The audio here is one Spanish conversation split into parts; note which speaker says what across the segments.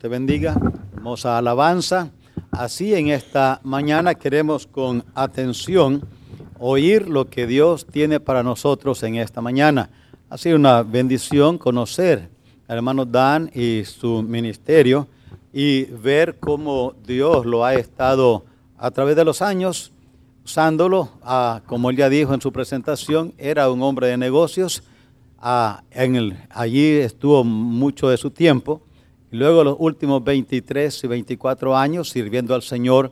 Speaker 1: te bendiga. Hermosa alabanza. Así en esta mañana queremos con atención oír lo que Dios tiene para nosotros en esta mañana. Ha sido una bendición conocer al hermano Dan y su ministerio y ver cómo Dios lo ha estado a través de los años usándolo. A, como él ya dijo en su presentación, era un hombre de negocios. A, en el, allí estuvo mucho de su tiempo. Luego los últimos 23 y 24 años sirviendo al Señor,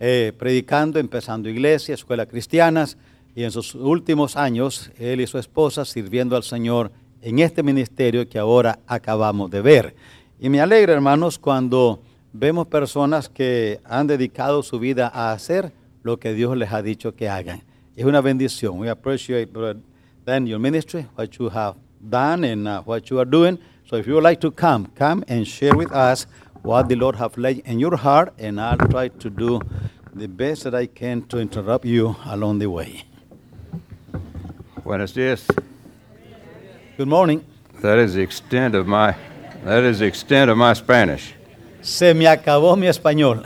Speaker 1: eh, predicando, empezando iglesias, escuelas cristianas. Y en sus últimos años, él y su esposa sirviendo al Señor en este ministerio que ahora acabamos de ver. Y me alegra, hermanos, cuando vemos personas que han dedicado su vida a hacer lo que Dios les ha dicho que hagan. Es una bendición. We appreciate then your ministry, what you have done and uh, what you are doing. So if you would like to come, come and share with us what the Lord have laid in your heart, and I'll try to do the best that I can to interrupt you along the way.
Speaker 2: Buenos dias.
Speaker 1: Good morning.
Speaker 2: That is the extent of my that is the extent of my Spanish.
Speaker 1: Se me acabó mi español.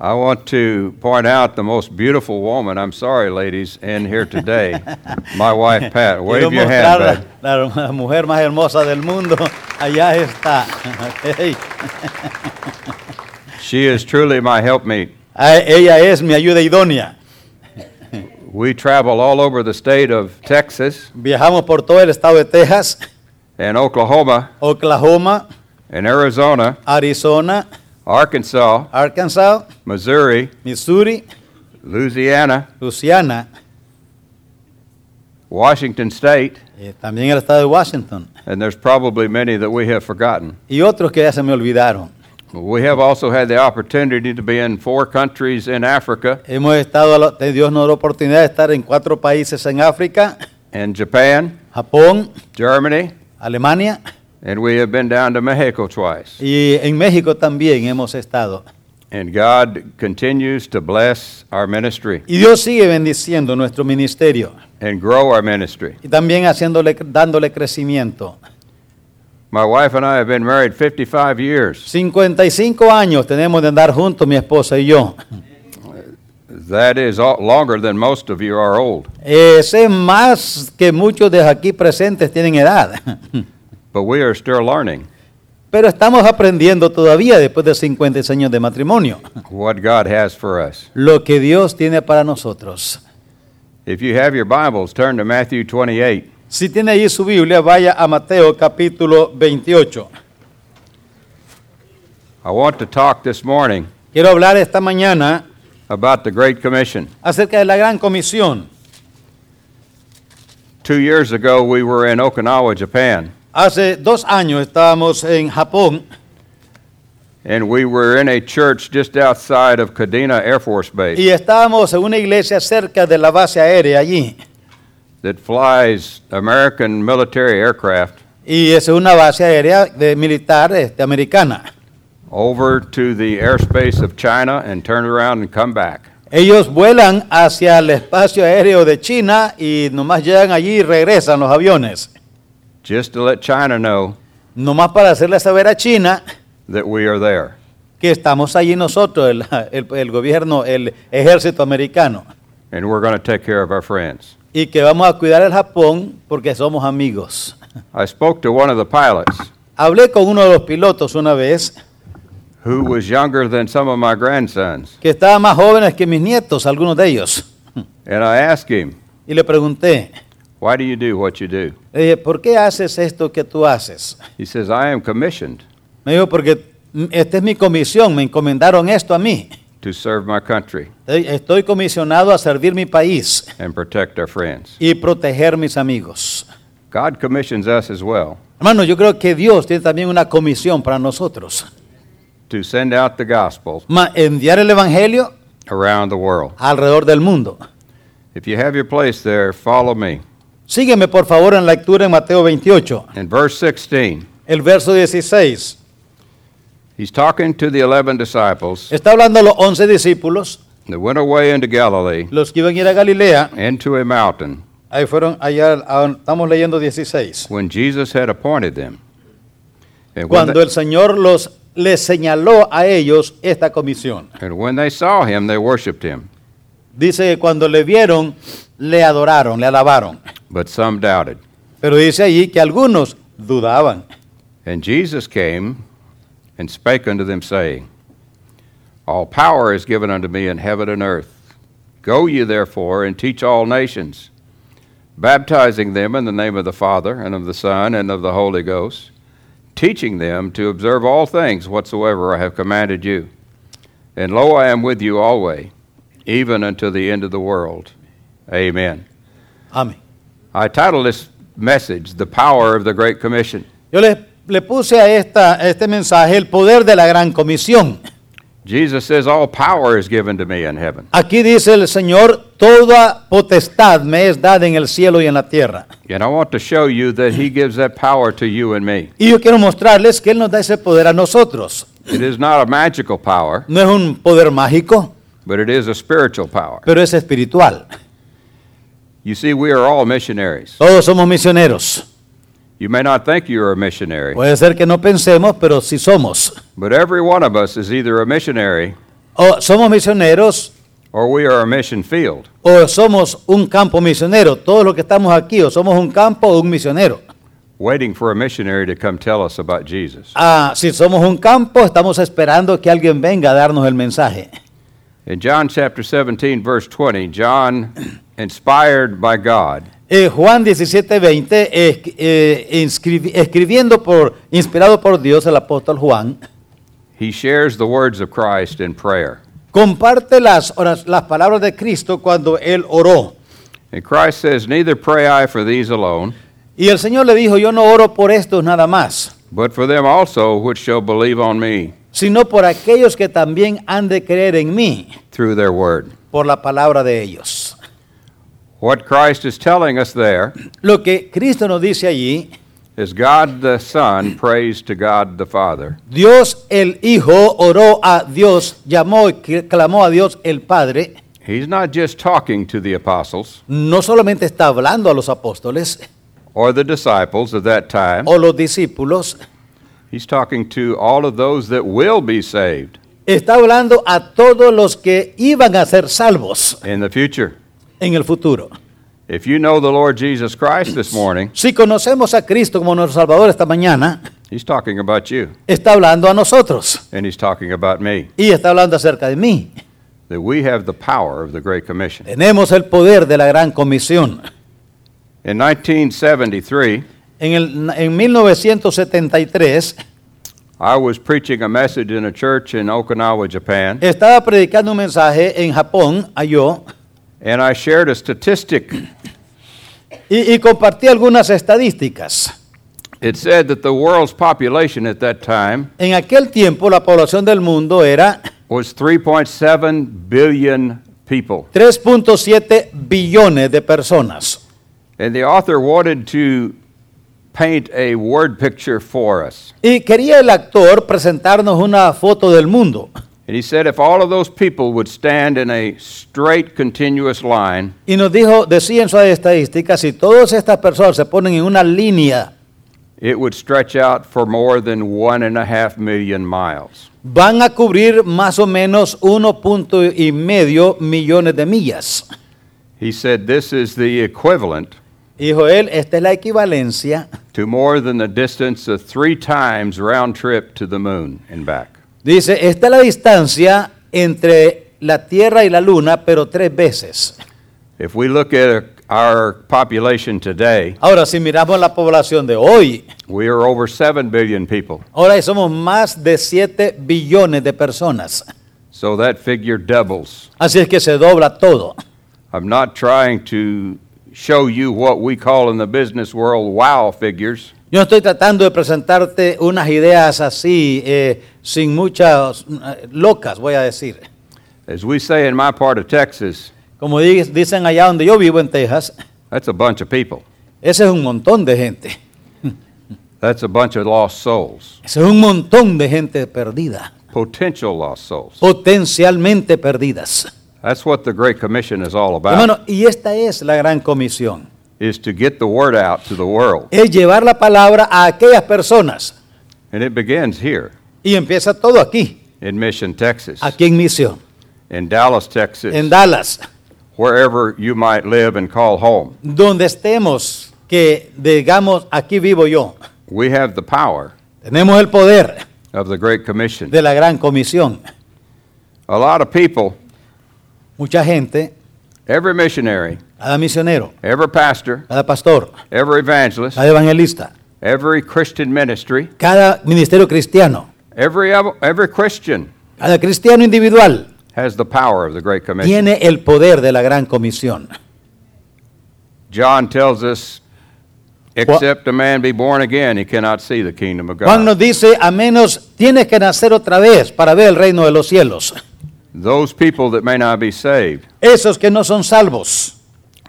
Speaker 2: I want to point out the most beautiful woman, I'm sorry, ladies, in here today. My wife, Pat.
Speaker 1: Quiero
Speaker 2: Wave your hand,
Speaker 1: mostrar
Speaker 2: Pat.
Speaker 1: la, la mujer más hermosa del mundo. Allá está. Hey.
Speaker 2: She is truly my helpmeet.
Speaker 1: Ah, Ella es mi ayuda idónea.
Speaker 2: We travel all over the state of Texas
Speaker 1: Viajamos por todo el estado de Texas,
Speaker 2: and Oklahoma
Speaker 1: Oklahoma,
Speaker 2: and Arizona,
Speaker 1: Arizona,
Speaker 2: Arkansas,
Speaker 1: Arkansas,
Speaker 2: Missouri,
Speaker 1: Missouri,
Speaker 2: Louisiana,
Speaker 1: Luciana,
Speaker 2: Washington State,
Speaker 1: eh, también el estado de Washington
Speaker 2: and there's probably many that we have forgotten.
Speaker 1: y otros que ya se me olvidaron.
Speaker 2: We have also had the opportunity to be in four countries in Africa,
Speaker 1: Hemos estado, a la- te- Dios nos dio la oportunidad de estar en cuatro países en África,
Speaker 2: in Japan,
Speaker 1: Japón,
Speaker 2: Germany,
Speaker 1: Alemania
Speaker 2: And we have been down to Mexico twice.
Speaker 1: y en México también hemos estado.
Speaker 2: And God continues to bless our ministry
Speaker 1: Y Dios sigue bendiciendo nuestro ministerio
Speaker 2: and grow our ministry.
Speaker 1: y también haciéndole, dándole crecimiento.
Speaker 2: My wife and I have been married 55 years.
Speaker 1: 55 años tenemos de andar juntos mi esposa y yo.
Speaker 2: That is all, longer than most of you are old.
Speaker 1: Ese más que muchos de aquí presentes tienen edad.
Speaker 2: But we are still learning
Speaker 1: Pero estamos aprendiendo todavía después de 50 años de matrimonio
Speaker 2: what God has for us.
Speaker 1: lo que Dios tiene para nosotros.
Speaker 2: If you have your Bibles, turn to Matthew 28.
Speaker 1: Si tiene allí su Biblia, vaya a Mateo capítulo 28.
Speaker 2: I want to talk this morning
Speaker 1: Quiero hablar esta mañana
Speaker 2: about the Great Commission.
Speaker 1: acerca de la gran comisión.
Speaker 2: Two years ago, we were in Okinawa, Japan,
Speaker 1: Hace dos años estábamos en Japón
Speaker 2: and we were in a church just outside of Kadena Air Force Base.
Speaker 1: y estábamos en una iglesia cerca de la base aérea allí.
Speaker 2: that flies American military aircraft
Speaker 1: Y es una base aérea de militar este, americana.
Speaker 2: over to the airspace of China and turn around and come back.
Speaker 1: Ellos vuelan hacia el espacio aéreo de China y nomás llegan allí y regresan los aviones.
Speaker 2: Just to let China know
Speaker 1: Nomás para hacerle saber a China
Speaker 2: that we are there.
Speaker 1: que estamos allí nosotros, el, el- el gobierno, el ejército americano,
Speaker 2: And we're going to take care of our friends.
Speaker 1: y que vamos a cuidar al Japón porque somos amigos.
Speaker 2: I spoke to one of the pilots
Speaker 1: Hablé con uno de los pilotos una vez
Speaker 2: who was younger than some of my grandsons.
Speaker 1: que estaba más jóvenes que mis nietos, algunos de ellos,
Speaker 2: And I asked him,
Speaker 1: y le pregunté,
Speaker 2: Why do you do what you do?
Speaker 1: le dije, ¿por qué haces esto que tú haces?
Speaker 2: He says, I am commissioned
Speaker 1: Me dijo, porque mm, esta es mi comisión, me encomendaron esto a mí.
Speaker 2: to serve my country
Speaker 1: Estoy- Estoy comisionado a servir mi país
Speaker 2: and protect our friends.
Speaker 1: y proteger mis amigos.
Speaker 2: God commissions us as well
Speaker 1: Hermano, yo creo que Dios tiene también una comisión para nosotros.
Speaker 2: to send out the gospel
Speaker 1: Ma- enviar el Evangelio
Speaker 2: around the world.
Speaker 1: alrededor del mundo.
Speaker 2: If you have your place there, follow me.
Speaker 1: Sígueme por favor en la lectura en Mateo 28,
Speaker 2: In verse 16,
Speaker 1: el verso 16.
Speaker 2: he's talking to the 11 disciples
Speaker 1: Está hablando a los once discípulos,
Speaker 2: that went away into Galilee,
Speaker 1: los que iban a ir a Galilea.
Speaker 2: into a mountain,
Speaker 1: Ahí fueron, allá, a- estamos leyendo 16.
Speaker 2: when Jesus had appointed them. And when,
Speaker 1: cuando
Speaker 2: they,
Speaker 1: el Señor los les señaló a ellos esta comisión.
Speaker 2: and when they saw him, they worshiped him.
Speaker 1: Dice que cuando le vieron, le adoraron, le alabaron.
Speaker 2: But some doubted.
Speaker 1: Pero dice allí que algunos dudaban.
Speaker 2: And Jesus came and spake unto them, saying, All power is given unto me in heaven and earth. Go ye therefore and teach all nations, baptizing them in the name of the Father, and of the Son, and of the Holy Ghost, teaching them to observe all things whatsoever I have commanded you. And lo, I am with you always, even unto the end of the world. Amen.
Speaker 1: Amén.
Speaker 2: I title this message, The Power of the Great Commission.
Speaker 1: Yo le, le puse a, esta, a este mensaje el poder de la gran comisión.
Speaker 2: Jesus says, All power is given to me in heaven.
Speaker 1: Aquí dice el Señor, toda potestad me es dada en el cielo y en la tierra.
Speaker 2: And I want to show you that He gives that power to you and me.
Speaker 1: Y yo quiero mostrarles que Él nos da ese poder a nosotros.
Speaker 2: It is not a magical power,
Speaker 1: No es un poder mágico,
Speaker 2: but it is a spiritual power.
Speaker 1: pero es espiritual.
Speaker 2: You see, we are all missionaries.
Speaker 1: Todos somos misioneros.
Speaker 2: You may not think you are a missionary,
Speaker 1: Puede ser que no pensemos, pero sí somos.
Speaker 2: but every one of us is either a missionary
Speaker 1: O somos misioneros
Speaker 2: or we are a mission field.
Speaker 1: o somos un campo misionero. Todos los que estamos aquí o somos un campo o un misionero.
Speaker 2: Waiting for a missionary to come tell us about Jesus.
Speaker 1: Ah, si somos un campo, estamos esperando que alguien venga a darnos el mensaje.
Speaker 2: In John chapter 17, verse 20, John, inspired by God,
Speaker 1: Eh, Juan 17, 20, eh, escribiendo por, inspirado por Dios el apóstol Juan,
Speaker 2: he shares the words of Christ in prayer.
Speaker 1: comparte las, oras- las palabras de Cristo cuando él oró.
Speaker 2: And Christ says, Neither pray I for these alone,
Speaker 1: Y el Señor le dijo, yo no oro por estos nada más,
Speaker 2: but for them also which shall believe on me
Speaker 1: sino por aquellos que también han de creer en mí,
Speaker 2: through their word.
Speaker 1: por la palabra de ellos.
Speaker 2: What Christ is telling us there
Speaker 1: Lo que Cristo nos dice allí,
Speaker 2: is God the Son prays to God the Father.
Speaker 1: Dios el Hijo oró a Dios, llamó y cl- clamó a Dios el Padre,
Speaker 2: He's not just talking to the apostles
Speaker 1: no solamente está hablando a los apóstoles
Speaker 2: or the disciples of that time,
Speaker 1: o los discípulos,
Speaker 2: he's talking to all of those that will be saved
Speaker 1: está hablando a todos los que iban a ser salvos
Speaker 2: in the future.
Speaker 1: en el futuro.
Speaker 2: If you know the Lord Jesus Christ this morning,
Speaker 1: Si conocemos a Cristo como nuestro Salvador esta mañana,
Speaker 2: he's talking about you
Speaker 1: está hablando a nosotros
Speaker 2: and he's talking about me,
Speaker 1: y está hablando acerca de mí.
Speaker 2: that we have the power of the Great Commission.
Speaker 1: Tenemos el poder de la gran comisión.
Speaker 2: In 1973,
Speaker 1: En, el, en 1973
Speaker 2: I was preaching a message in a church in Okinawa, Japan,
Speaker 1: estaba predicando un mensaje en Japón, a yo,
Speaker 2: and I shared a statistic.
Speaker 1: y, y compartí algunas estadísticas.
Speaker 2: It said that the world's population at that time
Speaker 1: En aquel tiempo la población del mundo era
Speaker 2: was 3.7 billion people.
Speaker 1: 3.7 billones de personas.
Speaker 2: And the author wanted to paint a word picture for us.
Speaker 1: Y quería el actor presentarnos una foto del mundo.
Speaker 2: And he said if all of those people would stand in a straight, continuous line,
Speaker 1: Y nos dijo, decía en su estadística, si todas estas personas se ponen en una línea,
Speaker 2: it would stretch out for more than one and a half million miles.
Speaker 1: van a cubrir más o menos 1.5 millones de millas.
Speaker 2: He said this is the equivalent
Speaker 1: Dijo él, esta es la equivalencia,
Speaker 2: to more than the distance of three times round trip to the moon and back.
Speaker 1: dice, esta es la distancia entre la Tierra y la Luna, pero tres veces.
Speaker 2: If we look at uh, our population today,
Speaker 1: Ahora, si miramos la población de hoy,
Speaker 2: we are over 7 billion people.
Speaker 1: ahora somos más de 7 billones de personas.
Speaker 2: So that figure doubles.
Speaker 1: Así es que se dobla todo.
Speaker 2: I'm not trying to show you what we call in the business world wow figures,
Speaker 1: Yo no estoy tratando de presentarte unas ideas así, eh, sin muchas, eh, locas, voy a decir.
Speaker 2: as we say in my part of Texas,
Speaker 1: Como di- dicen allá donde yo vivo en Texas,
Speaker 2: that's a bunch of people.
Speaker 1: ese es un montón de gente.
Speaker 2: That's a bunch of lost souls,
Speaker 1: Ese es un montón de gente perdida,
Speaker 2: potential lost souls.
Speaker 1: potencialmente perdidas.
Speaker 2: That's what the Great Commission is all about,
Speaker 1: Hermano, y esta es la gran comisión.
Speaker 2: is to get the word out to the world.
Speaker 1: Es llevar la palabra a aquellas personas
Speaker 2: And it begins here
Speaker 1: Y empieza todo aquí,
Speaker 2: in Mission, Texas,
Speaker 1: aquí en Misión,
Speaker 2: in Dallas, Texas,
Speaker 1: en Dallas,
Speaker 2: wherever you might live and call home.
Speaker 1: donde estemos, que digamos, aquí vivo yo.
Speaker 2: We have the power
Speaker 1: Tenemos el poder
Speaker 2: of the Great Commission.
Speaker 1: de la gran comisión.
Speaker 2: A lot of people,
Speaker 1: Mucha gente,
Speaker 2: every missionary,
Speaker 1: cada misionero,
Speaker 2: every pastor,
Speaker 1: cada pastor,
Speaker 2: every evangelist,
Speaker 1: cada evangelista,
Speaker 2: every Christian ministry,
Speaker 1: cada ministerio cristiano,
Speaker 2: every, every Christian
Speaker 1: cada cristiano individual
Speaker 2: has the power of the Great Commission.
Speaker 1: tiene el poder de la gran comisión.
Speaker 2: John tells us, except a man be born again, he cannot see the kingdom of
Speaker 1: Juan
Speaker 2: God.
Speaker 1: nos dice, a menos tienes que nacer otra vez para ver el reino de los cielos.
Speaker 2: Those people that may not be saved,
Speaker 1: Esos que no son salvos,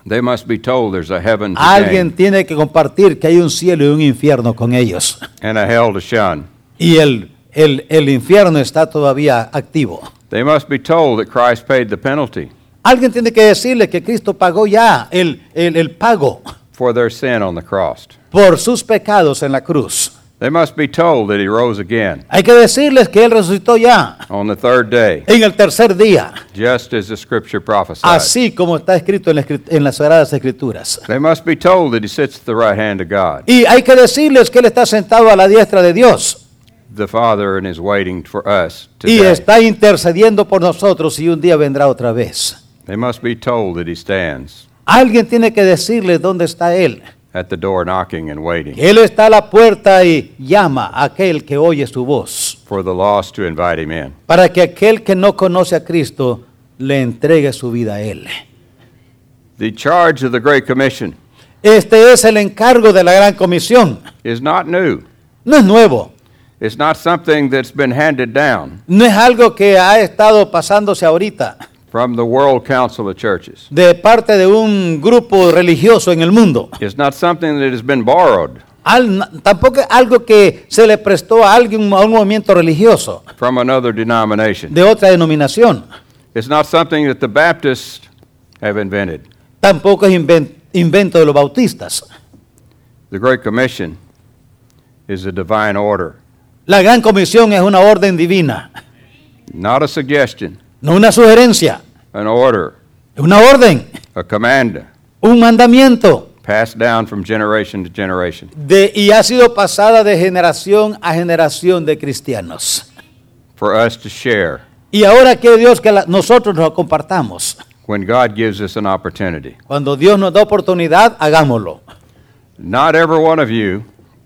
Speaker 2: they must be told there's a heaven to
Speaker 1: alguien
Speaker 2: gain
Speaker 1: tiene que compartir que hay un cielo y un infierno con ellos.
Speaker 2: and a hell to shun.
Speaker 1: Y el, el, el infierno está todavía activo.
Speaker 2: They must be told that Christ paid the penalty
Speaker 1: Alguien tiene que decirle que Cristo pagó ya el, el- el pago
Speaker 2: for their sin on the cross.
Speaker 1: por sus pecados en la cruz.
Speaker 2: They must be told that he rose again
Speaker 1: Hay que decirles que Él resucitó ya
Speaker 2: on the third day,
Speaker 1: en el tercer día,
Speaker 2: just as the scripture prophesied.
Speaker 1: así como está escrito en, la escrit- en las Sagradas Escrituras.
Speaker 2: They must be told that he sits at the right hand of God,
Speaker 1: Y hay que decirles que Él está sentado a la diestra de Dios
Speaker 2: the Father, and is waiting for us
Speaker 1: y
Speaker 2: today.
Speaker 1: está intercediendo por nosotros y un día vendrá otra vez.
Speaker 2: They must be told that he stands
Speaker 1: Alguien tiene que decirles dónde está Él.
Speaker 2: at the door knocking and waiting
Speaker 1: que Él está a la puerta y llama a aquel que oye su voz.
Speaker 2: for the lost to invite him in.
Speaker 1: para que aquel que no conoce a Cristo le entregue su vida a Él.
Speaker 2: The charge of the Great Commission
Speaker 1: Este es el encargo de la gran comisión.
Speaker 2: is not new.
Speaker 1: No es nuevo,
Speaker 2: It's not something that's been handed down
Speaker 1: no es algo que ha estado pasándose ahorita
Speaker 2: from the World Council of Churches.
Speaker 1: de parte de un grupo religioso en el mundo.
Speaker 2: It's not something that has been borrowed
Speaker 1: Al- tampoco es algo que se le prestó a alguien, a un movimiento religioso
Speaker 2: from another denomination.
Speaker 1: de otra denominación.
Speaker 2: It's not something that the Baptists have invented.
Speaker 1: Tampoco es inven- invento de los bautistas.
Speaker 2: The Great Commission is a divine order,
Speaker 1: La gran comisión es una orden divina,
Speaker 2: not a suggestion,
Speaker 1: no una sugerencia,
Speaker 2: an order,
Speaker 1: es una orden,
Speaker 2: a command
Speaker 1: un mandamiento.
Speaker 2: passed down from generation to generation.
Speaker 1: De- y ha sido pasada de generación a generación de cristianos.
Speaker 2: for us to share
Speaker 1: Y ahora quiere Dios que la- nosotros nos la compartamos.
Speaker 2: when God gives us an opportunity.
Speaker 1: Cuando Dios nos da oportunidad, hagámoslo.
Speaker 2: Not every one of you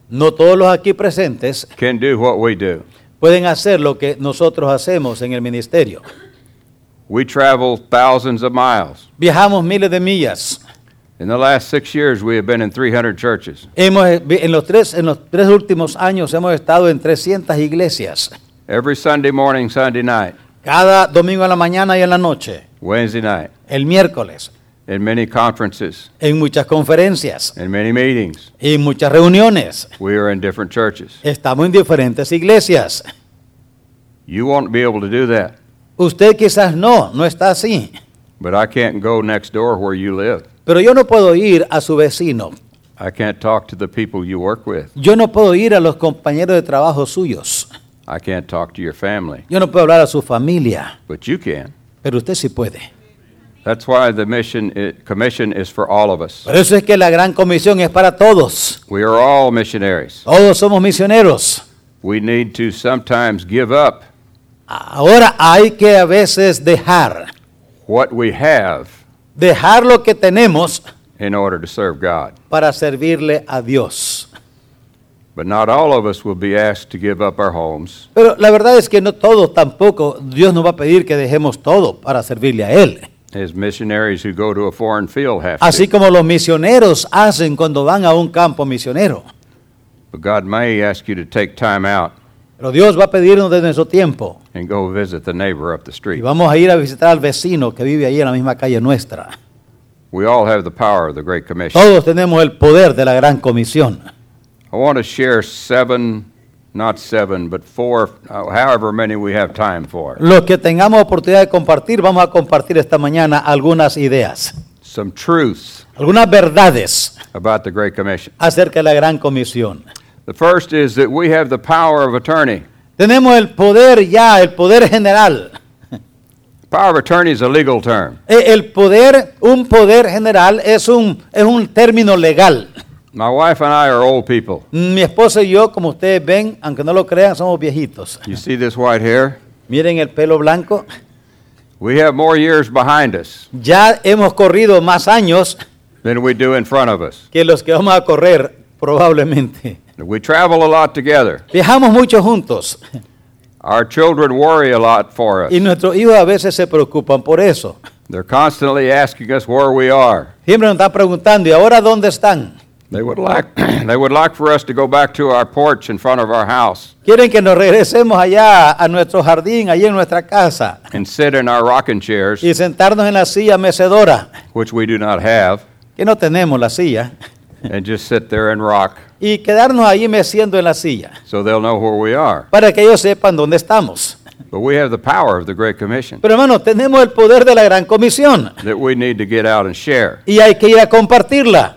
Speaker 1: No todos los aquí presentes
Speaker 2: can do what we do.
Speaker 1: pueden hacer lo que nosotros hacemos en el ministerio.
Speaker 2: We travel thousands of miles.
Speaker 1: Viajamos miles de millas.
Speaker 2: In the last six years, we have been in 300 churches.
Speaker 1: Hemos, en, los tres, en los tres últimos años hemos estado en 300 iglesias.
Speaker 2: Every Sunday morning, Sunday night,
Speaker 1: Cada domingo en la mañana y en la noche.
Speaker 2: Wednesday night,
Speaker 1: El miércoles.
Speaker 2: in many conferences,
Speaker 1: En muchas conferencias.
Speaker 2: in many meetings,
Speaker 1: En muchas reuniones.
Speaker 2: we are in different churches.
Speaker 1: Estamos en diferentes iglesias.
Speaker 2: You won't be able to do that,
Speaker 1: Usted quizás no, no está así.
Speaker 2: but I can't go next door where you live.
Speaker 1: Pero yo no puedo ir a su vecino.
Speaker 2: I can't talk to the people you work with.
Speaker 1: Yo no puedo ir a los compañeros de trabajo suyos.
Speaker 2: I can't talk to your family,
Speaker 1: Yo no puedo hablar a su familia.
Speaker 2: but you can.
Speaker 1: Pero usted sí puede.
Speaker 2: That's why the mission i- commission is for all of us.
Speaker 1: Por eso es que la gran comisión es para todos.
Speaker 2: We are all missionaries.
Speaker 1: Todos somos misioneros.
Speaker 2: We need to sometimes give up
Speaker 1: Ahora hay que a veces dejar.
Speaker 2: what we have
Speaker 1: Dejar lo que tenemos
Speaker 2: in order to serve God.
Speaker 1: para servirle a Dios.
Speaker 2: But not all of us will be asked to give up our homes,
Speaker 1: Pero la verdad es que no todos tampoco. Dios nos va a pedir que dejemos todo para servirle a Él.
Speaker 2: as missionaries who go to a foreign field have
Speaker 1: Así
Speaker 2: to.
Speaker 1: como los misioneros hacen cuando van a un campo misionero.
Speaker 2: But God may ask you to take time out
Speaker 1: Pero Dios va a pedirnos de nuestro tiempo.
Speaker 2: and go visit the neighbor up the
Speaker 1: Y
Speaker 2: street.
Speaker 1: vamos a ir a visitar al vecino que vive ahí en la misma calle nuestra.
Speaker 2: We all have the power of the Great Commission.
Speaker 1: Todos tenemos el poder de la gran comisión.
Speaker 2: I want to share seven, not seven, but four, uh, however many we have time for,
Speaker 1: Los que tengamos oportunidad de compartir, vamos a compartir esta mañana algunas ideas,
Speaker 2: some truths
Speaker 1: algunas verdades
Speaker 2: about the Great Commission.
Speaker 1: acerca de la gran comisión.
Speaker 2: The first is that we have the power of attorney.
Speaker 1: Tenemos el poder ya, el poder general.
Speaker 2: Power of attorney is a legal term.
Speaker 1: E- El poder, un poder general es un, es un término legal.
Speaker 2: My wife and I are old people.
Speaker 1: Mi esposa y yo, como ustedes ven, aunque no lo crean, somos viejitos.
Speaker 2: You see this white hair?
Speaker 1: Miren el pelo blanco.
Speaker 2: We have more years behind us
Speaker 1: Ya hemos corrido más años
Speaker 2: than we do in front of us.
Speaker 1: que los que vamos a correr, probablemente.
Speaker 2: We travel a lot together.
Speaker 1: Viajamos mucho juntos
Speaker 2: Our children worry a lot for us.
Speaker 1: y nuestros hijos a veces se preocupan por eso.
Speaker 2: They're constantly asking us where we are.
Speaker 1: Siempre nos están preguntando, ¿y ahora dónde están?
Speaker 2: They would like they would like for us to go back to our porch in front of our house
Speaker 1: Quieren que nos regresemos allá a nuestro jardín, allí en nuestra casa,
Speaker 2: and sit in our rocking chairs,
Speaker 1: y sentarnos en la silla mecedora,
Speaker 2: which we do not have,
Speaker 1: que no tenemos la silla,
Speaker 2: and just sit there and rock
Speaker 1: y quedarnos allí meciendo en la silla,
Speaker 2: so they'll know where we are.
Speaker 1: para que ellos sepan dónde estamos.
Speaker 2: But we have the power of the Great Commission
Speaker 1: Pero hermano, tenemos el poder de la gran comisión,
Speaker 2: that we need to get out and share.
Speaker 1: y hay que ir a compartirla.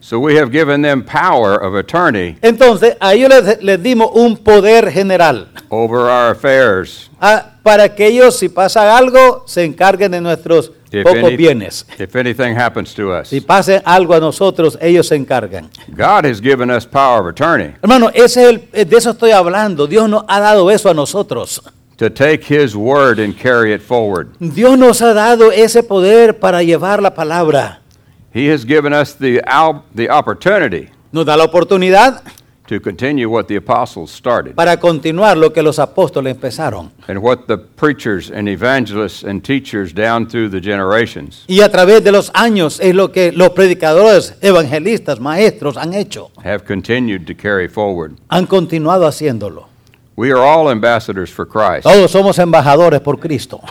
Speaker 2: So we have given them power of attorney
Speaker 1: Entonces, a ellos les, les dimos un poder general,
Speaker 2: over our affairs.
Speaker 1: ah, para que ellos, si pasa algo, se encarguen de nuestros
Speaker 2: If,
Speaker 1: pocos
Speaker 2: any-
Speaker 1: bienes.
Speaker 2: if anything happens to us,
Speaker 1: Si pasa algo a nosotros, ellos se encargan.
Speaker 2: God has given us power of attorney
Speaker 1: Hermano, ese es el- eh, de eso estoy hablando. Dios nos ha dado eso a nosotros.
Speaker 2: to take His word and carry it forward.
Speaker 1: Dios nos ha dado ese poder para llevar la palabra.
Speaker 2: He has given us the, al- the opportunity
Speaker 1: Nos da la oportunidad
Speaker 2: to continue what the apostles started
Speaker 1: para continuar lo que los apóstoles empezaron.
Speaker 2: and what the preachers and evangelists and teachers down through the generations
Speaker 1: Y a través de los años es lo que los predicadores, evangelistas, maestros han hecho.
Speaker 2: have continued to carry forward.
Speaker 1: Han continuado haciéndolo.
Speaker 2: We are all ambassadors for Christ,
Speaker 1: Todos somos embajadores por Cristo.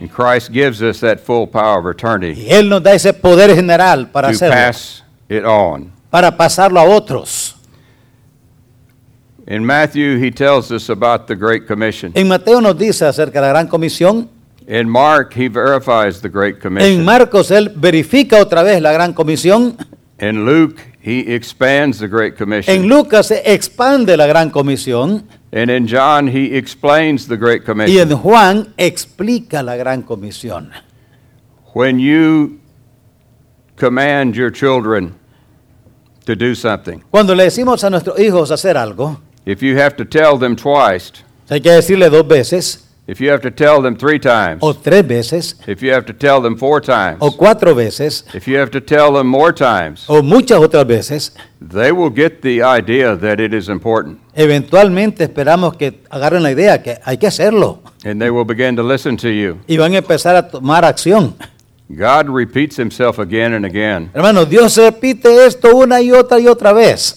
Speaker 2: and Christ gives us that full power of attorney
Speaker 1: Y Él nos da ese poder general para
Speaker 2: to
Speaker 1: hacerlo,
Speaker 2: pass it on.
Speaker 1: para pasarlo a otros.
Speaker 2: In Matthew, he tells us about the Great Commission.
Speaker 1: En Mateo nos dice acerca de la gran comisión,
Speaker 2: In Mark, he verifies the Great
Speaker 1: En
Speaker 2: Commission.
Speaker 1: Marcos él verifica otra vez la gran comisión.
Speaker 2: In Luke, he expands the Great
Speaker 1: En
Speaker 2: Commission.
Speaker 1: Lucas se expande la gran comisión.
Speaker 2: And in John, he explains the Great
Speaker 1: Y
Speaker 2: Commission.
Speaker 1: en Juan explica la gran comisión.
Speaker 2: When you command your children to do something,
Speaker 1: Cuando le decimos a nuestros hijos hacer algo,
Speaker 2: if you have to tell them twice,
Speaker 1: hay que decirle dos veces,
Speaker 2: if you have to tell them three times,
Speaker 1: o tres veces,
Speaker 2: if you have to tell them four times,
Speaker 1: o cuatro veces,
Speaker 2: if you have to tell them more times,
Speaker 1: o muchas otras veces,
Speaker 2: they will get the idea that it is important
Speaker 1: eventualmente esperamos que agarren la idea que hay que hacerlo.
Speaker 2: and they will begin to listen to you.
Speaker 1: Y van a empezar a tomar acción.
Speaker 2: God repeats himself again and again
Speaker 1: Hermano, Dios repite esto una y otra y otra vez,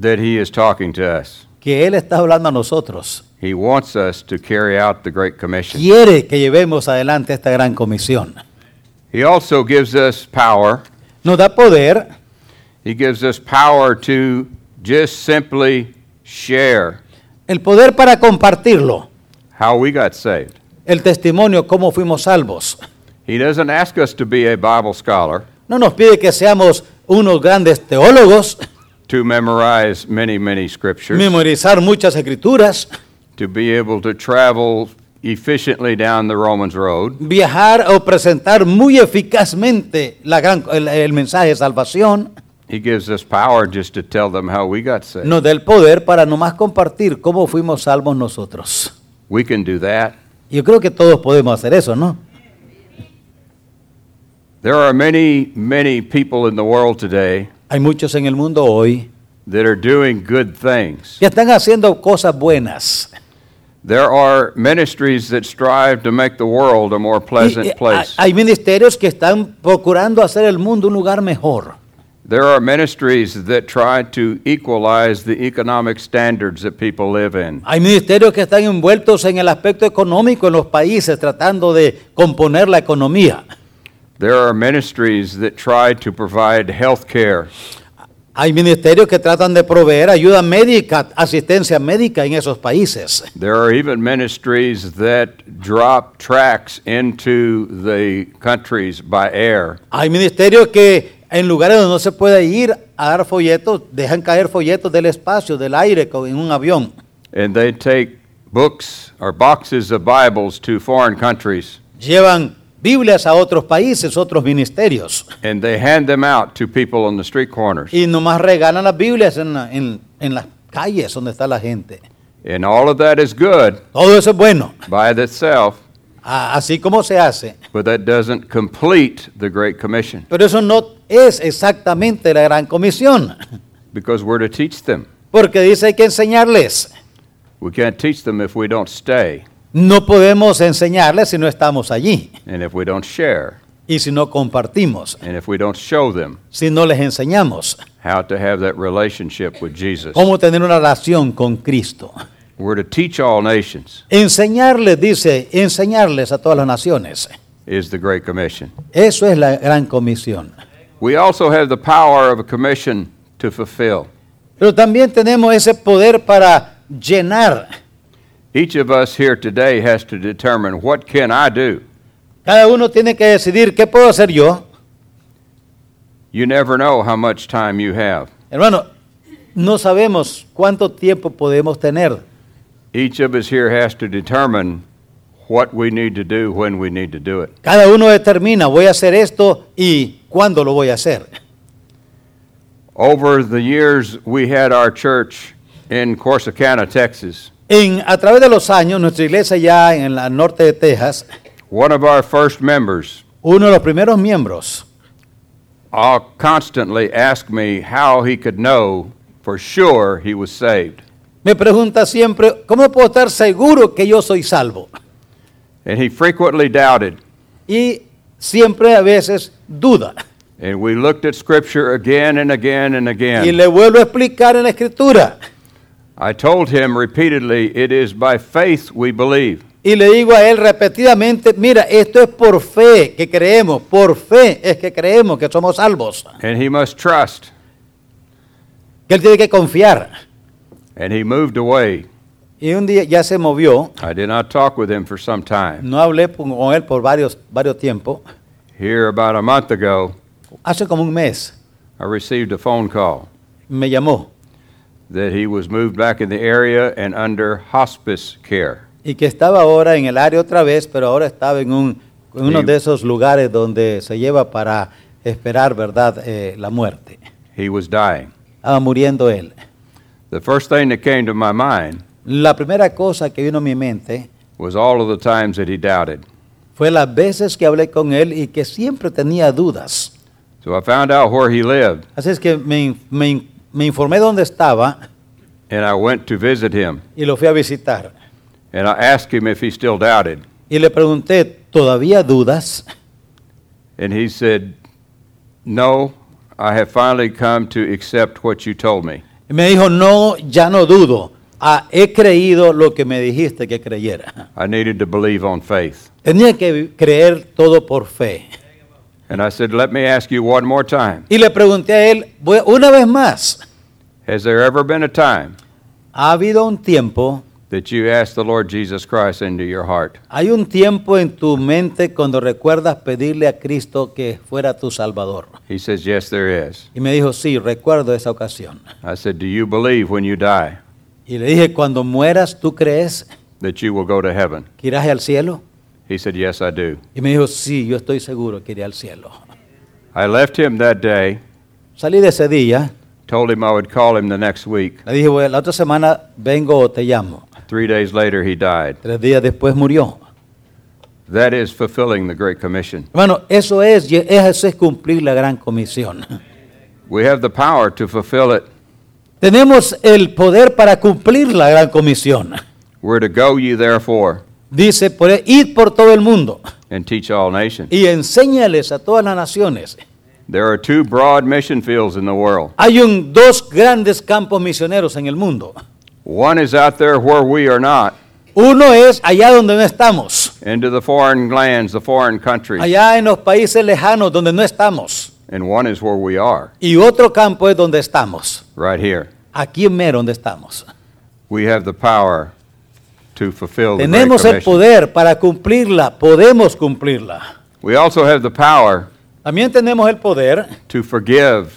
Speaker 2: that he is talking to us.
Speaker 1: que Él está hablando a nosotros.
Speaker 2: He wants us to carry out the Great Commission.
Speaker 1: quiere que llevemos adelante esta gran comisión.
Speaker 2: He also gives us power
Speaker 1: Nos da poder,
Speaker 2: He gives us power to just simply share
Speaker 1: el poder para compartirlo,
Speaker 2: how we got saved.
Speaker 1: el testimonio, cómo fuimos salvos.
Speaker 2: He doesn't ask us to be a Bible scholar,
Speaker 1: No nos pide que seamos unos grandes teólogos,
Speaker 2: to memorize many, many scriptures,
Speaker 1: memorizar muchas escrituras,
Speaker 2: to be able to travel efficiently down the Romans road,
Speaker 1: viajar o presentar muy eficazmente la gran- el, el mensaje de salvación.
Speaker 2: he gives us power just to tell them how we got saved.
Speaker 1: Nos da el poder para nomás compartir cómo fuimos salvos nosotros.
Speaker 2: We can do that.
Speaker 1: Yo creo que todos podemos hacer eso, ¿no?
Speaker 2: There are many, many people in the world today
Speaker 1: Hay muchos en el mundo hoy
Speaker 2: that are doing good things.
Speaker 1: que están haciendo cosas buenas.
Speaker 2: There are ministries that strive to make the world a more
Speaker 1: Y, eh,
Speaker 2: pleasant place.
Speaker 1: Hay ministerios que están procurando hacer el mundo un lugar mejor.
Speaker 2: There are ministries that try to equalize the economic standards that people live in.
Speaker 1: Hay ministerios que están envueltos en el aspecto económico en los países, tratando de componer la economía.
Speaker 2: There are ministries that try to provide health care
Speaker 1: Hay ministerios que tratan de proveer ayuda médica, asistencia médica en esos países.
Speaker 2: There are even ministries that drop tracks into the countries by air
Speaker 1: Hay ministerios que En lugares donde no se puede ir a dar folletos, dejan caer folletos del espacio, del aire, co- en un avión.
Speaker 2: and they take books or boxes of Bibles to foreign countries
Speaker 1: Llevan Biblias a otros países, otros ministerios.
Speaker 2: and they hand them out to people on the street corners.
Speaker 1: Y nomás regalan las Biblias en, la- en- en las calles donde está la gente.
Speaker 2: And all of that is good
Speaker 1: Todo eso es bueno,
Speaker 2: by itself,
Speaker 1: a- así como se hace.
Speaker 2: but that doesn't complete the Great Commission
Speaker 1: Pero eso no es exactamente la gran comisión,
Speaker 2: because we're to teach them.
Speaker 1: porque dice hay que enseñarles.
Speaker 2: We can't teach them if we don't stay
Speaker 1: No podemos enseñarles si no estamos allí
Speaker 2: and if we don't share
Speaker 1: y si no compartimos,
Speaker 2: and if we don't show them
Speaker 1: si no les enseñamos
Speaker 2: how to have that relationship with Jesus.
Speaker 1: cómo tener una relación con Cristo.
Speaker 2: We're to teach all nations
Speaker 1: Enseñarles, dice, enseñarles a todas las naciones.
Speaker 2: is the Great Commission.
Speaker 1: Eso es la gran comisión.
Speaker 2: We also have the power of a commission to fulfill.
Speaker 1: Pero también tenemos ese poder para llenar.
Speaker 2: Each of us here today has to determine what can I do?
Speaker 1: Cada uno tiene que decidir qué puedo hacer yo.
Speaker 2: You never know how much time you have.
Speaker 1: Hermano, no sabemos cuánto tiempo podemos tener.
Speaker 2: Each of us here has to determine what we need to do when we need to do it.
Speaker 1: Cada uno determina, voy a hacer esto y cuándo lo voy a hacer.
Speaker 2: Over the years, we had our church in Corsicana, Texas.
Speaker 1: En, a través de los años, nuestra iglesia ya en el norte de Texas,
Speaker 2: One of our first members
Speaker 1: uno de los primeros miembros
Speaker 2: uh, constantly asked me how he could know for sure he was saved.
Speaker 1: me pregunta siempre, ¿cómo puedo estar seguro que yo soy salvo?
Speaker 2: And he frequently doubted.
Speaker 1: Y siempre a veces duda.
Speaker 2: And we looked at Scripture again and again and
Speaker 1: Y
Speaker 2: again.
Speaker 1: le vuelvo a explicar en la escritura.
Speaker 2: I told him repeatedly, it is by faith we believe.
Speaker 1: Y le digo a él repetidamente, mira, esto es por fe que creemos, por fe es que creemos que somos salvos.
Speaker 2: And he must trust.
Speaker 1: Que él tiene que confiar.
Speaker 2: And he moved away.
Speaker 1: Y un día ya se movió,
Speaker 2: I did not talk with him for some time.
Speaker 1: no hablé con él por varios, varios tiempos.
Speaker 2: Here, about a month ago,
Speaker 1: Hace como un mes
Speaker 2: I received a phone call
Speaker 1: me llamó
Speaker 2: that he was moved back in the area and under hospice care.
Speaker 1: y que estaba ahora en el área otra vez, pero ahora estaba en, un, en uno de esos lugares donde se lleva para esperar, ¿verdad?, eh, la muerte.
Speaker 2: He was dying.
Speaker 1: Estaba muriendo él.
Speaker 2: The first thing that came to my mind
Speaker 1: La primera cosa que vino a mi mente
Speaker 2: was all of the times that he doubted.
Speaker 1: fue las veces que hablé con él y que siempre tenía dudas.
Speaker 2: So I found out where he lived
Speaker 1: Así es que me, in- me in- me informé dónde estaba
Speaker 2: and I went to visit him
Speaker 1: y lo fui a visitar.
Speaker 2: and I asked him if he still doubted.
Speaker 1: Y le pregunté, ¿todavía dudas?
Speaker 2: And he said, No, I have finally come to accept what you told me.
Speaker 1: Y me dijo, no, ya no dudo. Ah, he creído lo que me dijiste que creyera.
Speaker 2: I needed to believe on faith.
Speaker 1: Tenía que vi- creer todo por fe.
Speaker 2: And I said, Let me ask you one more time.
Speaker 1: Y le pregunté a él, "Voy- una vez más,
Speaker 2: Has there ever been a time
Speaker 1: ¿ha habido un tiempo,
Speaker 2: that you asked the Lord Jesus Christ into your heart?
Speaker 1: hay un tiempo en tu mente cuando recuerdas pedirle a Cristo que fuera tu Salvador?
Speaker 2: He says, Yes, there is.
Speaker 1: Y me dijo, sí, recuerdo esa ocasión.
Speaker 2: I said, Do you believe when you die
Speaker 1: Y le dije, cuando mueras, ¿tú crees
Speaker 2: that you will go to heaven?
Speaker 1: que irás al cielo?
Speaker 2: He said, Yes, I do.
Speaker 1: Y me dijo, sí, yo estoy seguro que iré al cielo.
Speaker 2: I left him that day,
Speaker 1: Salí de ese día,
Speaker 2: told him I would call him the next week.
Speaker 1: le dije, "Bueno, la otra semana vengo o te llamo.
Speaker 2: Three days later, he died.
Speaker 1: Tres días después murió.
Speaker 2: That is fulfilling the Great Commission.
Speaker 1: Hermano, eso es, y eso es cumplir la gran comisión.
Speaker 2: We have the power to fulfill it.
Speaker 1: Tenemos el poder para cumplir la gran comisión.
Speaker 2: We're to go ye therefore
Speaker 1: Dice, por, e, id por todo el mundo
Speaker 2: and teach all nations.
Speaker 1: y enséñales a todas las naciones.
Speaker 2: There are two broad mission fields in the world.
Speaker 1: Hay un, dos grandes campos misioneros en el mundo.
Speaker 2: One is out there where we are not,
Speaker 1: Uno es allá donde no estamos,
Speaker 2: into the foreign lands, the foreign countries,
Speaker 1: allá en los países lejanos donde no estamos.
Speaker 2: and one is where we are,
Speaker 1: Y otro campo es donde estamos,
Speaker 2: right here.
Speaker 1: aquí en mero donde estamos.
Speaker 2: We have the power to fulfill the Great
Speaker 1: Tenemos el
Speaker 2: Commission.
Speaker 1: poder para cumplirla, podemos cumplirla.
Speaker 2: We also have the power
Speaker 1: También tenemos el poder
Speaker 2: to forgive,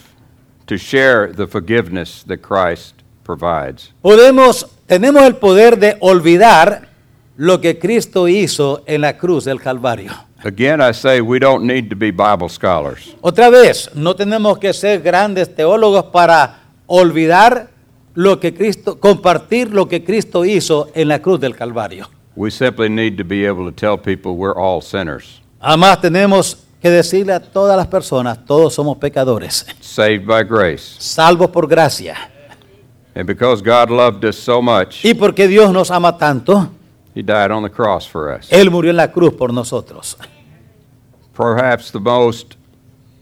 Speaker 2: to share the forgiveness that Christ provides.
Speaker 1: Podemos, tenemos el poder de olvidar lo que Cristo hizo en la cruz del Calvario.
Speaker 2: Again, I say we don't need to be Bible scholars.
Speaker 1: Otra vez, no tenemos que ser grandes teólogos para olvidar lo que Cristo, compartir lo que Cristo hizo en la cruz del Calvario.
Speaker 2: We simply need to be able to tell people we're all sinners,
Speaker 1: Además, tenemos que decirle a todas las personas, todos somos pecadores,
Speaker 2: saved by grace.
Speaker 1: salvos por gracia.
Speaker 2: And because God loved us so much,
Speaker 1: Y porque Dios nos ama tanto,
Speaker 2: He died on the cross for us.
Speaker 1: Él murió en la cruz por nosotros.
Speaker 2: Perhaps the most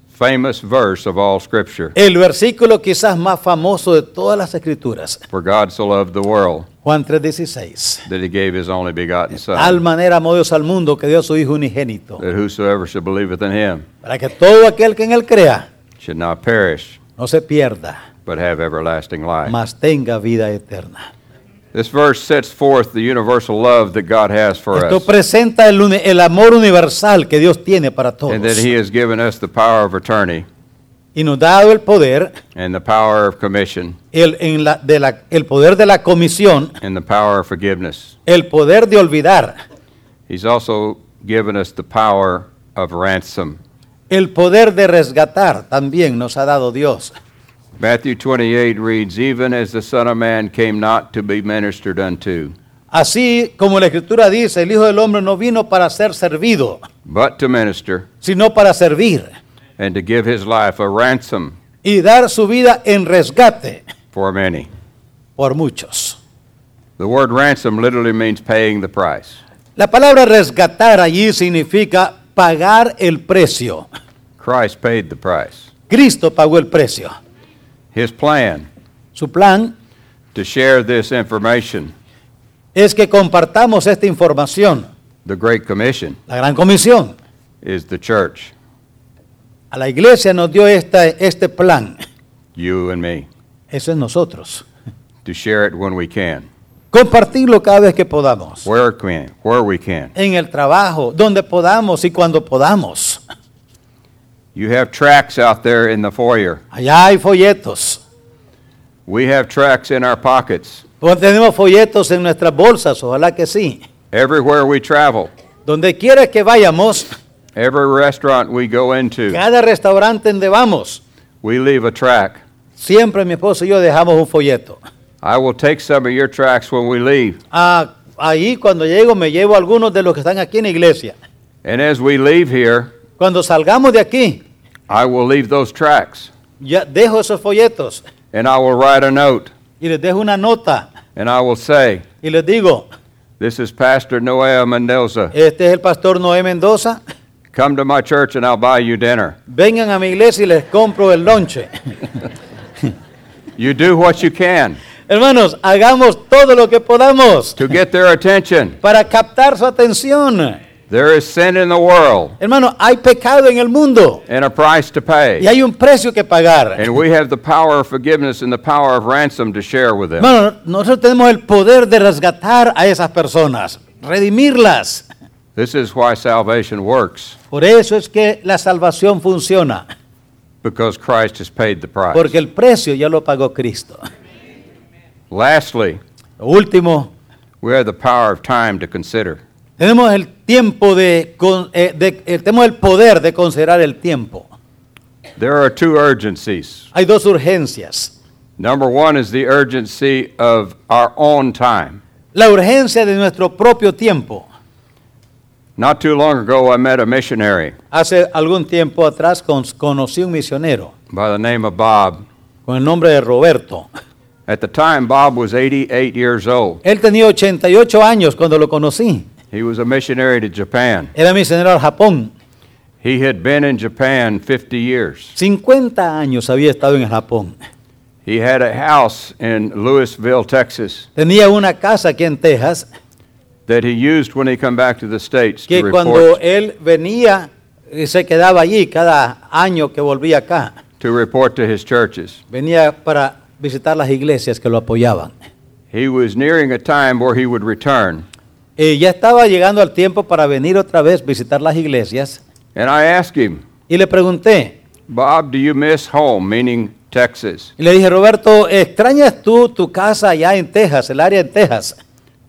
Speaker 2: famous verse of all Scripture.
Speaker 1: El versículo quizás más famoso de todas las escrituras,
Speaker 2: For God so loved the world
Speaker 1: Juan 3:16.
Speaker 2: that He gave His only begotten
Speaker 1: Tal
Speaker 2: Son,
Speaker 1: manera amó Dios al mundo que dio a su Hijo unigénito,
Speaker 2: that whosoever should believeth in Him
Speaker 1: para que todo aquel que en Él crea
Speaker 2: should not perish,
Speaker 1: no se pierda,
Speaker 2: but have everlasting life.
Speaker 1: mas tenga vida eterna.
Speaker 2: This verse sets forth the universal love that God has for
Speaker 1: Esto
Speaker 2: us,
Speaker 1: presenta el, uni- el amor universal que Dios tiene para todos.
Speaker 2: and that He has given us the power of attorney
Speaker 1: Y nos dado el poder,
Speaker 2: and the power of commission
Speaker 1: el, en la- de la- el poder de la comisión,
Speaker 2: and the power of forgiveness.
Speaker 1: el poder de olvidar,
Speaker 2: He's also given us the power of ransom.
Speaker 1: el poder de resgatar también nos ha dado Dios.
Speaker 2: Matthew 28 reads, Even as the Son of Man came not to be ministered unto,
Speaker 1: Así como la Escritura dice, el Hijo del Hombre no vino para ser servido,
Speaker 2: but to minister
Speaker 1: sino para servir
Speaker 2: and to give his life a ransom
Speaker 1: y dar su vida en resgate
Speaker 2: for many.
Speaker 1: por muchos.
Speaker 2: The word ransom literally means paying the price.
Speaker 1: La palabra resgatar allí significa pagar el precio.
Speaker 2: Christ paid the price.
Speaker 1: Cristo pagó el precio.
Speaker 2: His plan
Speaker 1: Su plan
Speaker 2: to share this information,
Speaker 1: es que compartamos esta información,
Speaker 2: the Great Commission,
Speaker 1: la gran comisión.
Speaker 2: is the church,
Speaker 1: A la iglesia nos dio esta- este plan.
Speaker 2: you and me,
Speaker 1: Eso es nosotros.
Speaker 2: to share it when we can,
Speaker 1: Compartirlo cada vez que podamos.
Speaker 2: where we can, where we can.
Speaker 1: En el trabajo, donde podamos y cuando podamos.
Speaker 2: You have tracts out there in the foyer.
Speaker 1: Allá hay folletos.
Speaker 2: We have tracts in our pockets.
Speaker 1: Pues Tenemos folletos en nuestras bolsas, ojalá que sí.
Speaker 2: Everywhere we travel,
Speaker 1: Donde quiera que vayamos,
Speaker 2: every restaurant we go into,
Speaker 1: cada restaurante donde vamos,
Speaker 2: we leave a tract.
Speaker 1: Siempre mi esposo y yo dejamos un folleto.
Speaker 2: I will take some of your tracts when we leave.
Speaker 1: Ah, ahí cuando llego me llevo algunos de los que están aquí en la iglesia.
Speaker 2: And as we leave here,
Speaker 1: Cuando salgamos de aquí,
Speaker 2: I will leave those tracts.
Speaker 1: ya dejo esos folletos
Speaker 2: And I will write a note.
Speaker 1: y les dejo una nota
Speaker 2: And I will say,
Speaker 1: y les digo,
Speaker 2: This is Pastor Noel Mendoza.
Speaker 1: este es el pastor Noé Mendoza,
Speaker 2: Come to my church and I'll buy you dinner.
Speaker 1: vengan a mi iglesia y les compro el lonche.
Speaker 2: You do what you can
Speaker 1: Hermanos, hagamos todo lo que podamos
Speaker 2: to get their attention.
Speaker 1: para captar su atención.
Speaker 2: There is sin in the world
Speaker 1: Hermanos, hay pecado en el mundo
Speaker 2: and a price to
Speaker 1: y
Speaker 2: pay.
Speaker 1: hay un precio que pagar.
Speaker 2: And we have the power of forgiveness and the power of ransom to share with them.
Speaker 1: Hermanos, nosotros tenemos el poder de resgatar a esas personas, redimirlas.
Speaker 2: This is why salvation works,
Speaker 1: Por eso es que la salvación funciona,
Speaker 2: because Christ has paid the price.
Speaker 1: porque el precio ya lo pagó Cristo.
Speaker 2: Lastly,
Speaker 1: Lo último,
Speaker 2: we have the power of time to consider.
Speaker 1: tenemos el tiempo de, con- eh, de- eh, tenemos el poder de considerar el tiempo.
Speaker 2: There are two urgencies.
Speaker 1: Hay dos urgencias.
Speaker 2: Number one is the urgency of our own time.
Speaker 1: La urgencia de nuestro propio tiempo.
Speaker 2: Not too long ago, I met a missionary
Speaker 1: Hace algún tiempo atrás con- conocí un misionero
Speaker 2: by the name of Bob.
Speaker 1: con el nombre de Roberto.
Speaker 2: At the time, Bob was 88 years old.
Speaker 1: Él tenía 88 años cuando lo conocí.
Speaker 2: He was a missionary to Japan.
Speaker 1: Era misionero al Japón.
Speaker 2: He had been in Japan 50 years.
Speaker 1: 50 años había estado en Japón.
Speaker 2: He had a house in Louisville, Texas,
Speaker 1: Tenía una casa aquí en Texas
Speaker 2: that he used when he come back to the States to
Speaker 1: que cuando
Speaker 2: report,
Speaker 1: él venía eh, se quedaba allí cada año que volvía acá.
Speaker 2: to report to his churches.
Speaker 1: Venía para visitar las iglesias que lo apoyaban.
Speaker 2: He was nearing a time where he would return.
Speaker 1: Eh, Y ya estaba llegando al tiempo para venir otra vez visitar las iglesias.
Speaker 2: And I asked him,
Speaker 1: Y Y le pregunté,
Speaker 2: Bob, do you miss home, meaning Texas?
Speaker 1: y le dije, Roberto, ¿extrañas tú tu casa allá en Texas, el área en Texas?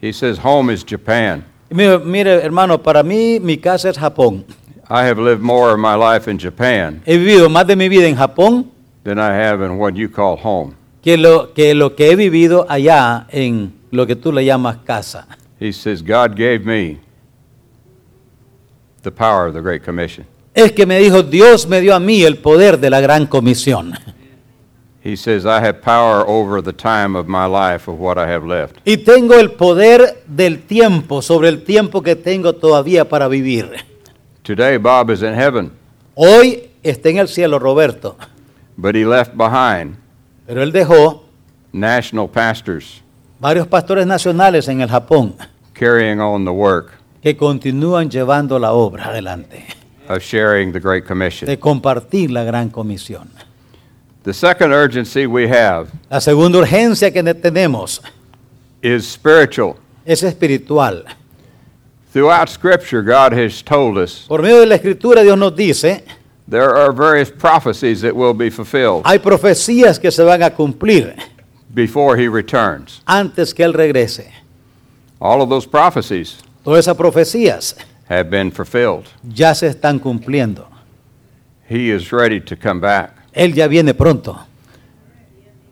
Speaker 2: He says, Home is Japan.
Speaker 1: Y me dijo, mire, hermano, para mí mi casa es Japón.
Speaker 2: I have lived more of my life in Japan
Speaker 1: He vivido más de mi vida en Japón
Speaker 2: than I have in what you call home.
Speaker 1: que lo que, lo que he vivido allá en lo que tú le llamas casa.
Speaker 2: He says, God gave me the power of the Great Commission.
Speaker 1: Es que me dijo, Dios me dio a mí el poder de la gran comisión.
Speaker 2: He says, I have power over the time of my life of what I have left.
Speaker 1: Y tengo el poder del tiempo sobre el tiempo que tengo todavía para vivir.
Speaker 2: Today, Bob is in heaven,
Speaker 1: Hoy está en el cielo Roberto,
Speaker 2: but he left behind
Speaker 1: pero él dejó
Speaker 2: national pastors
Speaker 1: varios pastores nacionales en el Japón
Speaker 2: carrying on the work
Speaker 1: que continúan llevando la obra adelante,
Speaker 2: of sharing the Great Commission.
Speaker 1: de compartir la gran comisión.
Speaker 2: The second urgency we have
Speaker 1: La segunda urgencia que tenemos
Speaker 2: is spiritual.
Speaker 1: es espiritual.
Speaker 2: Throughout Scripture, God has told us
Speaker 1: Por medio de la escritura Dios nos dice,
Speaker 2: there are various prophecies that will be fulfilled
Speaker 1: hay profecías que se van a cumplir
Speaker 2: before He returns.
Speaker 1: antes que Él regrese.
Speaker 2: All of those prophecies
Speaker 1: Todas esas profecías
Speaker 2: have been fulfilled.
Speaker 1: ya se están cumpliendo.
Speaker 2: He is ready to come back.
Speaker 1: Él ya viene pronto.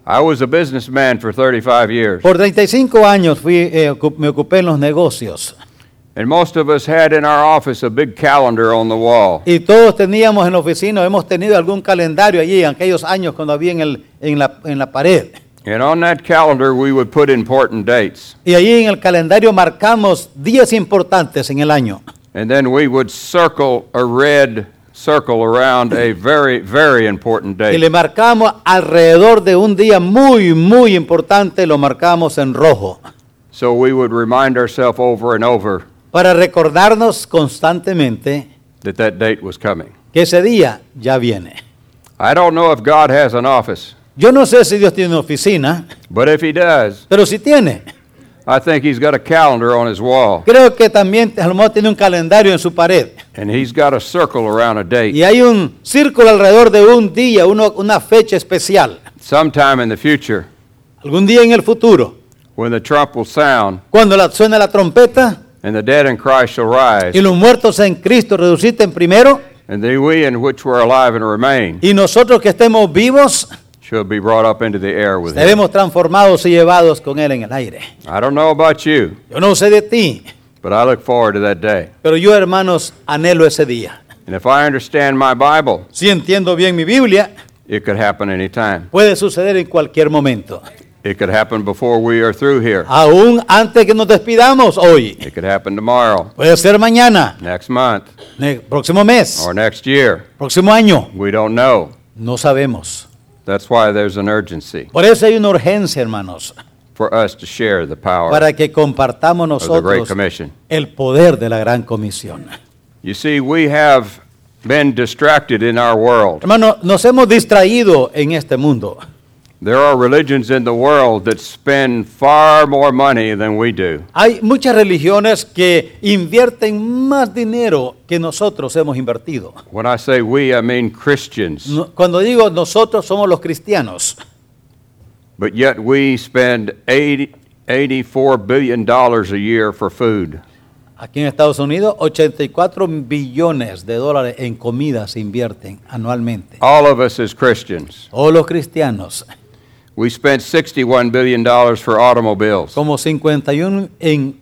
Speaker 2: I was a businessman for 35 years,
Speaker 1: Por 35 años fui, eh, ocu- me ocupé en los negocios
Speaker 2: and most of us had in our office a big calendar on the wall.
Speaker 1: y todos teníamos en la oficina, hemos tenido algún calendario allí en aquellos años cuando había en, el- en la, en la pared.
Speaker 2: And on that calendar, we would put important dates,
Speaker 1: Y allí en el calendario marcamos días importantes en el año.
Speaker 2: and then we would circle a red circle around a very, very important
Speaker 1: Y le
Speaker 2: date.
Speaker 1: marcamos alrededor de un día muy, muy importante, lo marcamos en rojo,
Speaker 2: So we would remind ourselves over and over
Speaker 1: para recordarnos constantemente
Speaker 2: that that date was coming.
Speaker 1: que ese día ya viene.
Speaker 2: I don't know if God has an office,
Speaker 1: Yo no sé si Dios tiene una oficina,
Speaker 2: but if He does,
Speaker 1: pero si tiene,
Speaker 2: I think He's got a calendar on His wall,
Speaker 1: creo que también a lo mejor tiene un calendario en su pared.
Speaker 2: and He's got a circle around a date.
Speaker 1: Y hay un círculo alrededor de un día, uno- una fecha especial.
Speaker 2: Sometime in the future,
Speaker 1: Algún día en el futuro,
Speaker 2: when the trump will sound
Speaker 1: cuando la, suena la trompeta
Speaker 2: and the dead in Christ shall rise,
Speaker 1: y los muertos en Cristo resuciten primero
Speaker 2: and then we in which were alive and remain
Speaker 1: y nosotros que estemos vivos
Speaker 2: shall be brought up into the air with Him.
Speaker 1: seremos transformados y llevados con Él en el aire.
Speaker 2: I don't know about you,
Speaker 1: Yo no sé de ti,
Speaker 2: but I look forward to that day.
Speaker 1: pero yo hermanos anhelo ese día.
Speaker 2: And if I understand my Bible,
Speaker 1: Si entiendo bien mi Biblia,
Speaker 2: it could happen any time.
Speaker 1: puede suceder en cualquier momento.
Speaker 2: It could happen before we are through here.
Speaker 1: Aún antes que nos despidamos hoy,
Speaker 2: It could happen tomorrow,
Speaker 1: puede ser mañana,
Speaker 2: next month,
Speaker 1: ne- próximo mes,
Speaker 2: or next year.
Speaker 1: próximo año,
Speaker 2: We don't know.
Speaker 1: no sabemos.
Speaker 2: That's why there's an urgency
Speaker 1: Por eso hay una urgencia, hermanos,
Speaker 2: for us to share the power of
Speaker 1: para que compartamos
Speaker 2: the Great
Speaker 1: nosotros
Speaker 2: Commission.
Speaker 1: el poder de la gran comisión.
Speaker 2: You see, we have been distracted in our world.
Speaker 1: Hermano, nos hemos distraído en este mundo.
Speaker 2: There are religions in the world that spend far more money than we do.
Speaker 1: Hay muchas religiones que invierten más dinero que nosotros hemos invertido.
Speaker 2: When I say we, I mean Christians.
Speaker 1: No- Cuando digo nosotros somos los cristianos,
Speaker 2: But yet we spend 80, $84 billion a year for food.
Speaker 1: aquí en Estados Unidos 84 billones de dólares en comida se invierten anualmente.
Speaker 2: All of us as Christians.
Speaker 1: Todos los cristianos,
Speaker 2: We spent $61 billion for automobiles,
Speaker 1: como 51 en,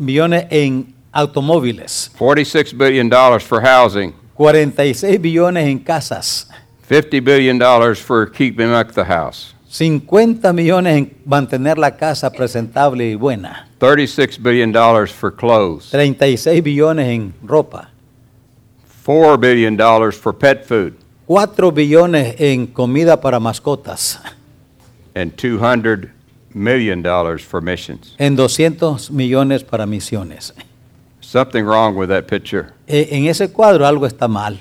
Speaker 1: millones en automóviles,
Speaker 2: $46 billion for housing,
Speaker 1: 46 billones en casas,
Speaker 2: $50 billion for keeping up the house,
Speaker 1: 50 millones en mantener la casa presentable y buena.
Speaker 2: $36 billion for clothes,
Speaker 1: 36 billones en ropa,
Speaker 2: $4 billion for pet food,
Speaker 1: 4 billones en comida para mascotas,
Speaker 2: and $200 million for missions.
Speaker 1: en 200 millones para misiones.
Speaker 2: Something wrong with that picture,
Speaker 1: E- En ese cuadro algo está mal.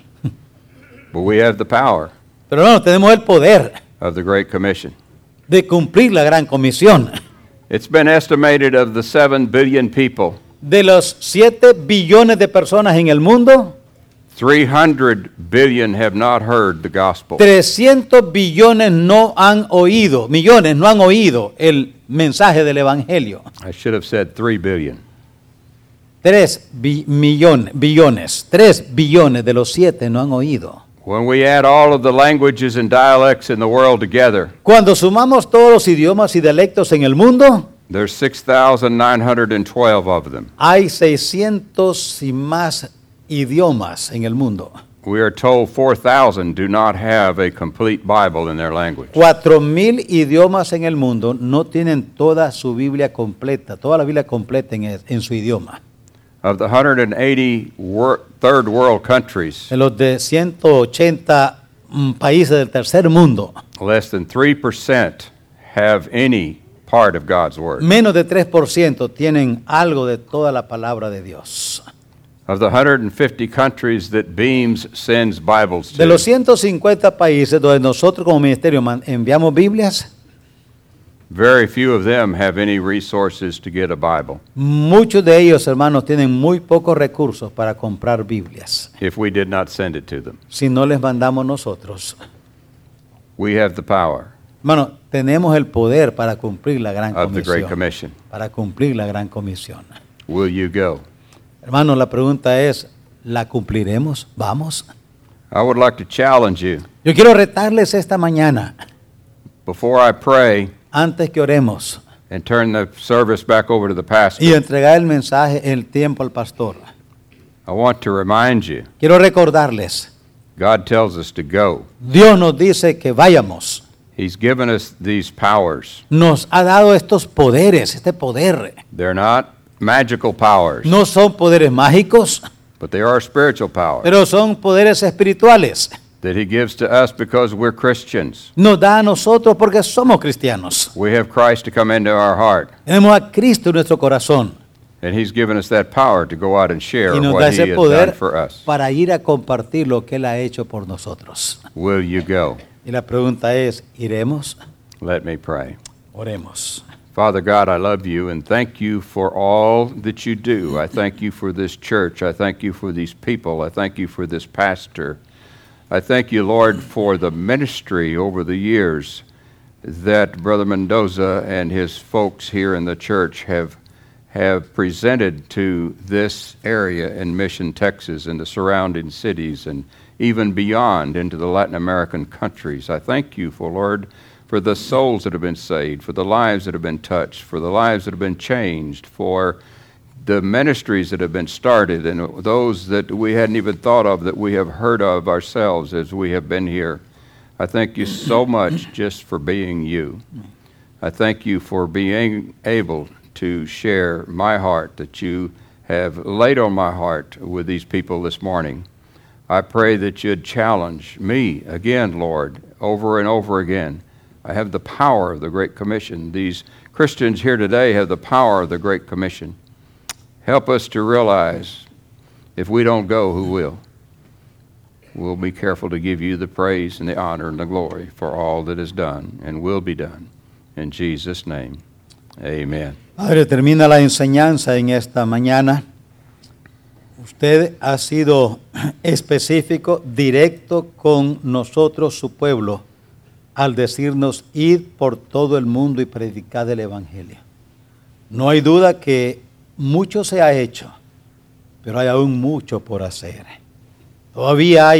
Speaker 2: but we have the power
Speaker 1: Pero no, tenemos el poder
Speaker 2: of the Great Commission.
Speaker 1: de cumplir la gran comisión.
Speaker 2: It's been estimated of the 7 billion people,
Speaker 1: De los 7 billones de personas en el mundo,
Speaker 2: 300 billion have not heard the gospel.
Speaker 1: 300 billones no han oído, millones no han oído el mensaje del Evangelio.
Speaker 2: I should have said 3 billion.
Speaker 1: 3 millones, billones, 3 billones de los 7 no han oído.
Speaker 2: When we add all of the languages and dialects in the world together,
Speaker 1: Cuando sumamos todos los idiomas y dialectos en el mundo,
Speaker 2: there's 6,912 of them.
Speaker 1: hay 600 y más idiomas en el mundo.
Speaker 2: We are told 4,000 do not have a complete Bible in their language.
Speaker 1: 4.000 idiomas en el mundo no tienen toda su Biblia completa, toda la Biblia completa en, es- en su idioma.
Speaker 2: Of the 180 wor- third world countries,
Speaker 1: En los de 180 mm, países del tercer mundo,
Speaker 2: less than 3% have any part of God's Word.
Speaker 1: menos de 3% tienen algo de toda la palabra de Dios.
Speaker 2: Of the 150 countries that Beams sends Bibles
Speaker 1: De los
Speaker 2: to,
Speaker 1: 150 países donde nosotros como ministerio man- enviamos Biblias,
Speaker 2: very few of them have any resources to get a Bible.
Speaker 1: muchos de ellos, hermanos, tienen muy pocos recursos para comprar Biblias.
Speaker 2: if we did not send it to them.
Speaker 1: Si no les mandamos nosotros,
Speaker 2: We have the power
Speaker 1: hermano, tenemos el poder para cumplir la gran
Speaker 2: of the Great
Speaker 1: comisión.
Speaker 2: Commission.
Speaker 1: para cumplir la gran comisión.
Speaker 2: Will you go?
Speaker 1: Hermanos, la pregunta es, ¿la cumpliremos? ¿Vamos?
Speaker 2: I would like to challenge you
Speaker 1: Yo quiero retarles esta mañana,
Speaker 2: before I pray
Speaker 1: antes que oremos,
Speaker 2: and turn the service back over to the
Speaker 1: y
Speaker 2: pastor.
Speaker 1: entregar el mensaje, el tiempo al pastor.
Speaker 2: I want to remind you
Speaker 1: Quiero recordarles,
Speaker 2: God tells us to go.
Speaker 1: Dios nos dice que vayamos.
Speaker 2: He's given us these powers.
Speaker 1: Nos ha dado estos poderes, este poder.
Speaker 2: They're not magical powers,
Speaker 1: No son poderes mágicos,
Speaker 2: but they are spiritual powers
Speaker 1: pero son poderes espirituales.
Speaker 2: that He gives to us because we're Christians.
Speaker 1: Nos da a nosotros porque somos cristianos.
Speaker 2: We have Christ to come into our heart,
Speaker 1: Tenemos a Cristo en nuestro corazón.
Speaker 2: and He's given us that power to go out and share
Speaker 1: y nos da
Speaker 2: what He
Speaker 1: ese
Speaker 2: has done
Speaker 1: poder
Speaker 2: for us.
Speaker 1: para ir a compartir lo que Él ha hecho por nosotros.
Speaker 2: Will you go?
Speaker 1: Y la pregunta es, ¿iremos?
Speaker 2: Let me pray.
Speaker 1: Oremos.
Speaker 2: Father God, I love you and thank you for all that you do. I thank you for this church. I thank you for these people. I thank you for this pastor. I thank you, Lord, for the ministry over the years that Brother Mendoza and his folks here in the church have have presented to this area in Mission, Texas, and the surrounding cities, and even beyond into the Latin American countries. I thank you for, Lord, for the souls that have been saved, for the lives that have been touched, for the lives that have been changed, for the ministries that have been started, and those that we hadn't even thought of that we have heard of ourselves as we have been here. I thank you so much just for being you. I thank you for being able to share my heart that you have laid on my heart with these people this morning. I pray that you'd challenge me again, Lord, over and over again. I have the power of the Great Commission. These Christians here today have the power of the Great Commission. Help us to realize if we don't go, who will? We'll be careful to give you the praise and the honor and the glory for all that is done and will be done. In Jesus' name, amen.
Speaker 1: Padre, termina la enseñanza en esta mañana. Usted ha sido específico, directo con nosotros, su pueblo, al decirnos, id por todo el mundo y predicad el Evangelio. No hay duda que mucho se ha hecho, pero hay aún mucho por hacer. Todavía hay